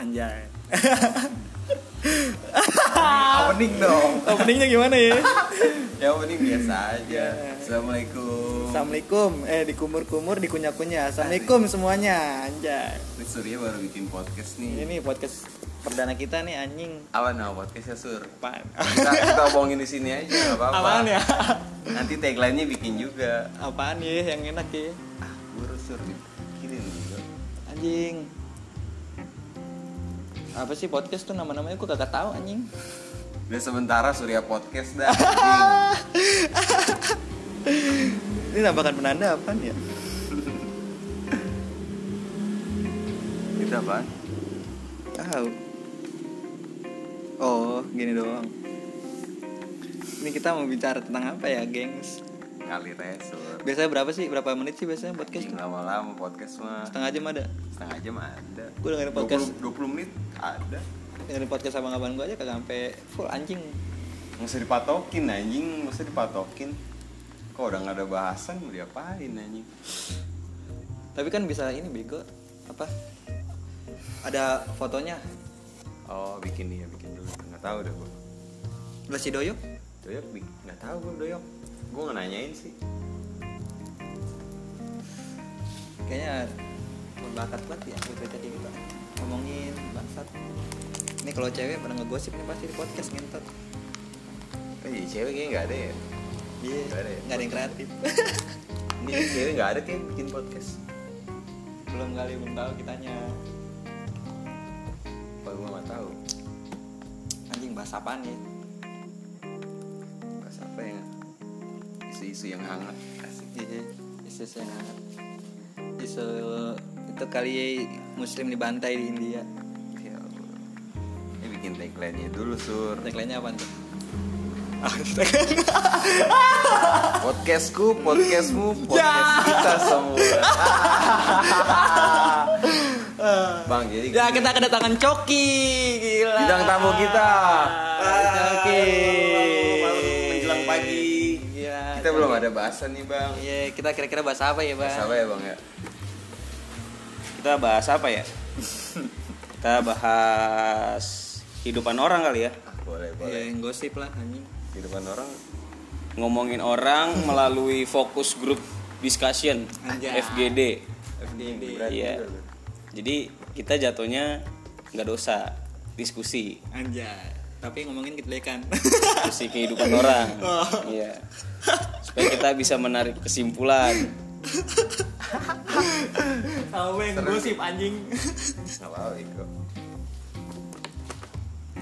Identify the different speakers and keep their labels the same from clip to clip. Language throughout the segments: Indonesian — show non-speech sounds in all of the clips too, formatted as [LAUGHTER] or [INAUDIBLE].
Speaker 1: anjay.
Speaker 2: opening [LAUGHS] dong
Speaker 1: Openingnya gimana ya?
Speaker 2: ya opening biasa aja
Speaker 1: Iya.
Speaker 2: assalamualaikum
Speaker 1: Assalamualaikum. Eh dikumur-kumur, dikunyah-kunyah. Assalamualaikum semuanya, anjay.
Speaker 2: Ini Surya baru bikin podcast nih
Speaker 1: Ini podcast perdana kita nih anjing.
Speaker 2: apa nama podcastnya Sur
Speaker 1: Apaan?
Speaker 2: kita, kita omongin di sini aja nggak apa-apa
Speaker 1: [LAUGHS] Apaan ya?
Speaker 2: nanti tagline nya bikin juga
Speaker 1: Apaan ya yang enak ya?
Speaker 2: ah buruk Sur dipikirin dulu
Speaker 1: Anjing. Apa sih podcast tuh nama-namanya gua kagak tahu anjing.
Speaker 2: udah sementara Surya podcast
Speaker 1: [LAUGHS]
Speaker 2: dah
Speaker 1: Ini tambahkan penanda apaan ya?
Speaker 2: itu apa
Speaker 1: Tahu. Oh, gini doang. Ini kita mau bicara tentang apa ya, gengs?
Speaker 2: ngalir aja Sur
Speaker 1: Biasanya berapa sih? Berapa menit sih biasanya podcast?
Speaker 2: Anjing,
Speaker 1: tuh?
Speaker 2: lama-lama podcast mah
Speaker 1: Setengah jam ada.
Speaker 2: setengah jam ada
Speaker 1: Gua dengerin podcast.
Speaker 2: 20, 20 menit ada
Speaker 1: Dengerin podcast abang-abang gue aja kagak sampai full anjing.
Speaker 2: Nggak usah dipatokin anjing, nggak usah dipatokin Kok udah nggak ada bahasan, mau diapain anjing
Speaker 1: Tapi kan bisa ini bego apa? Ada fotonya.
Speaker 2: Oh bikin dia, bikin dulu, nggak tahu deh gue
Speaker 1: Lah si Doyo?
Speaker 2: Doyok, bi- nggak tahu gue doyok Gue nggak nanyain sih
Speaker 1: Kayaknya berbakat banget ya cerita tadi gitu. Ngomongin bangsat. Ini kalau cewek pada ngegosip nih pasti di podcast ngentot.
Speaker 2: Eh iya, cewek kayaknya nggak ada ya
Speaker 1: Iya,
Speaker 2: Nggak ada ya?
Speaker 1: nggak ada yang kreatif. [LAUGHS]
Speaker 2: [LAUGHS] Ini cewek nggak ada kayak bikin podcast
Speaker 1: belum kali belum tahu kitanya.
Speaker 2: Apa gue nggak tahu
Speaker 1: Anjing bahas apaan ya?
Speaker 2: Bahas apa yang Isu-isu yang hangat Asik
Speaker 1: Iya, isu yang hangat. Isu itu kali muslim dibantai di India.
Speaker 2: Ya Allah Ini bikin tagline-nya dulu sur
Speaker 1: Tagline-nya apa tuh? [LAUGHS]
Speaker 2: Podcastku, podcastmu, [LAUGHS] podcast kita [LAUGHS] semua Bang, jadi
Speaker 1: ya kita kedatangan Coki, gila.
Speaker 2: Bintang tamu kita.
Speaker 1: Coki.
Speaker 2: Aduh, malam menjelang pagi.
Speaker 1: Gila.
Speaker 2: Kita belum ada bahasan nih bang.
Speaker 1: Iya, kita kira-kira bahas apa ya, Bang?
Speaker 2: Bahas apa ya bang ya?
Speaker 3: kita bahas apa ya? kita bahas kehidupan orang kali ya.
Speaker 2: Ah, Boleh
Speaker 1: Iya,
Speaker 2: boleh.
Speaker 1: yang gosip lah anjing.
Speaker 2: Kehidupan orang.
Speaker 3: Ngomongin orang melalui fokus grup discussion
Speaker 1: Anjay.
Speaker 3: FGD.
Speaker 1: FDD.
Speaker 2: Berat
Speaker 3: Iya.
Speaker 2: juga, Bang.
Speaker 3: Jadi kita jatuhnya nggak dosa diskusi,
Speaker 1: Anjay. Tapi ngomongin kejelekan. [LAUGHS]
Speaker 3: diskusi kehidupan orang. Iya. Supaya kita bisa menarik kesimpulan.
Speaker 1: Tahu yang gosip anjing.
Speaker 2: Nggak apa-apa Iko.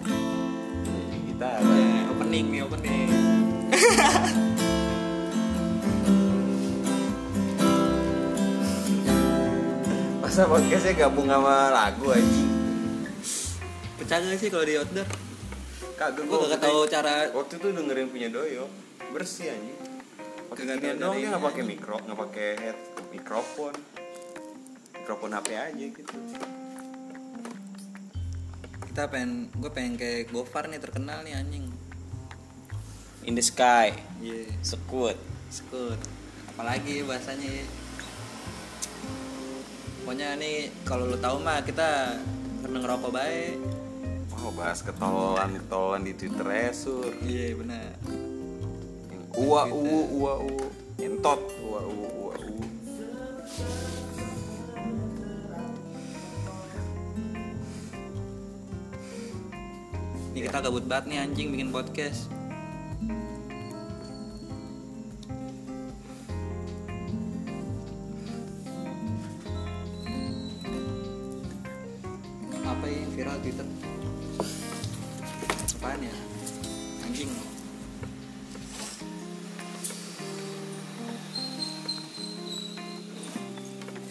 Speaker 2: Jadi Kita apa ya?
Speaker 1: Ya, opening nih, opening.
Speaker 2: Masa podcastnya gabung sama lagu aja?
Speaker 1: Pecah gak sih kalau di outdoor?
Speaker 2: Kagak
Speaker 1: Gua
Speaker 2: waktu
Speaker 1: kagak tahu
Speaker 2: itu-
Speaker 1: cara-
Speaker 2: Waktu itu dengerin punya doyo bersih anjing. Pakai
Speaker 1: Kagak
Speaker 2: ginian
Speaker 1: tahu
Speaker 2: doang
Speaker 1: dari
Speaker 2: dia nggak
Speaker 1: ini
Speaker 2: pakai mikro, nggak pakai head mikrofon, mikrofon HP aja gitu.
Speaker 1: kita pengen gue pengen kayak Gofar nih terkenal nih anjing
Speaker 3: In the sky,
Speaker 1: iya
Speaker 3: sekut.
Speaker 1: sekut apalagi bahasanya ya pokoknya nih kalau lo tahu mah kita pernah ngerokok baik
Speaker 2: Wow, bahas ketololan ketololan di Twitter ya, Sur.
Speaker 1: iya benar
Speaker 2: Ua uu ua uu gitu. entot ua uu ua uu.
Speaker 1: ini kita gabut banget nih anjing bikin podcast apa ya yang viral twitter apaan ya anjing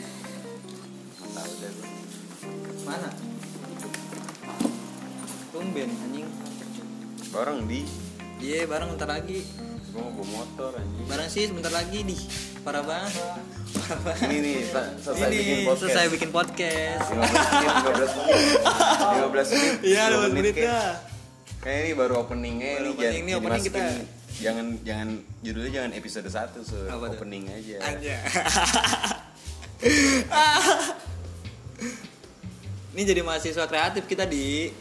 Speaker 2: Nggak Tahu deh gua.
Speaker 1: mana tumben anjing
Speaker 2: Bareng di
Speaker 1: iya bareng bentar lagi
Speaker 2: gua mau bawa motor anjing.
Speaker 1: bareng sih sebentar lagi di parah banget parah banget
Speaker 2: Ini nih sa- selesai
Speaker 1: Ini
Speaker 2: bikin podcast.
Speaker 1: selesai bikin podcast
Speaker 2: 15 menit, 15 menit. 15 menit.
Speaker 1: [LAUGHS] iya
Speaker 2: 10
Speaker 1: lima menit
Speaker 2: kayak.
Speaker 1: dah
Speaker 2: Kayaknya ini baru openingnya
Speaker 1: Baru
Speaker 2: ini
Speaker 1: opening,
Speaker 2: jangan-
Speaker 1: ini
Speaker 2: jadi
Speaker 1: opening kita.
Speaker 2: masukin- Jangan jangan judulnya jangan episode 1 Sur.
Speaker 1: Apa tuh?
Speaker 2: Opening aja.
Speaker 1: aja Ini jadi mahasiswa kreatif kita di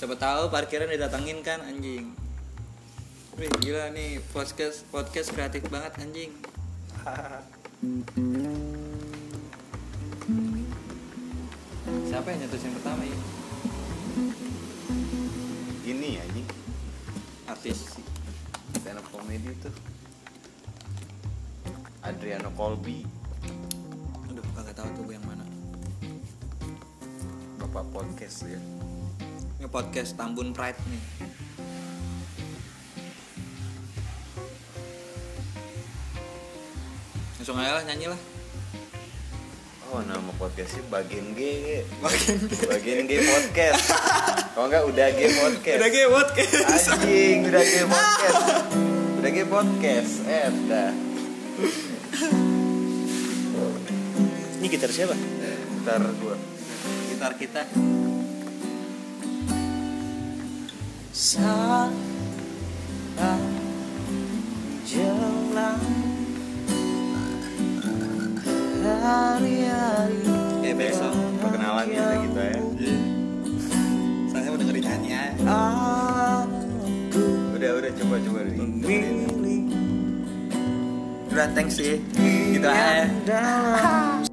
Speaker 1: Siapa tahu parkiran didatangin kan anjing. Wih, gila nih podcast podcast kreatif banget anjing. Siapa yang nyetus yang pertama ya?
Speaker 2: Ini anjing.
Speaker 1: Artis
Speaker 2: Stand up comedy tuh. Adriano Colby,
Speaker 1: Aduh, kagak tahu tuh gue yang mana.
Speaker 2: bapak podcast ya.
Speaker 1: Ini podcast Tambun Pride nih. Langsung aja lah nyanyi lah.
Speaker 2: Oh nama podcastnya Bagian G Bagian G Bagian G
Speaker 1: [LAUGHS]
Speaker 2: Podcast Kalau enggak udah G Podcast
Speaker 1: Udah gue podcast.
Speaker 2: Anjing udah G Podcast Udah G Podcast Eh dah
Speaker 3: Ini gitar siapa?
Speaker 2: Ntar gua
Speaker 1: Gitar kita.
Speaker 3: Saat jelang hari-hari
Speaker 1: Eh besok.
Speaker 2: Iya, Perkenalan ya gitu ya
Speaker 1: Saya mau dengerin nyanyian.
Speaker 2: Udah udah coba coba deh.
Speaker 1: Udah thanks sih. Gitu aja.
Speaker 3: dalam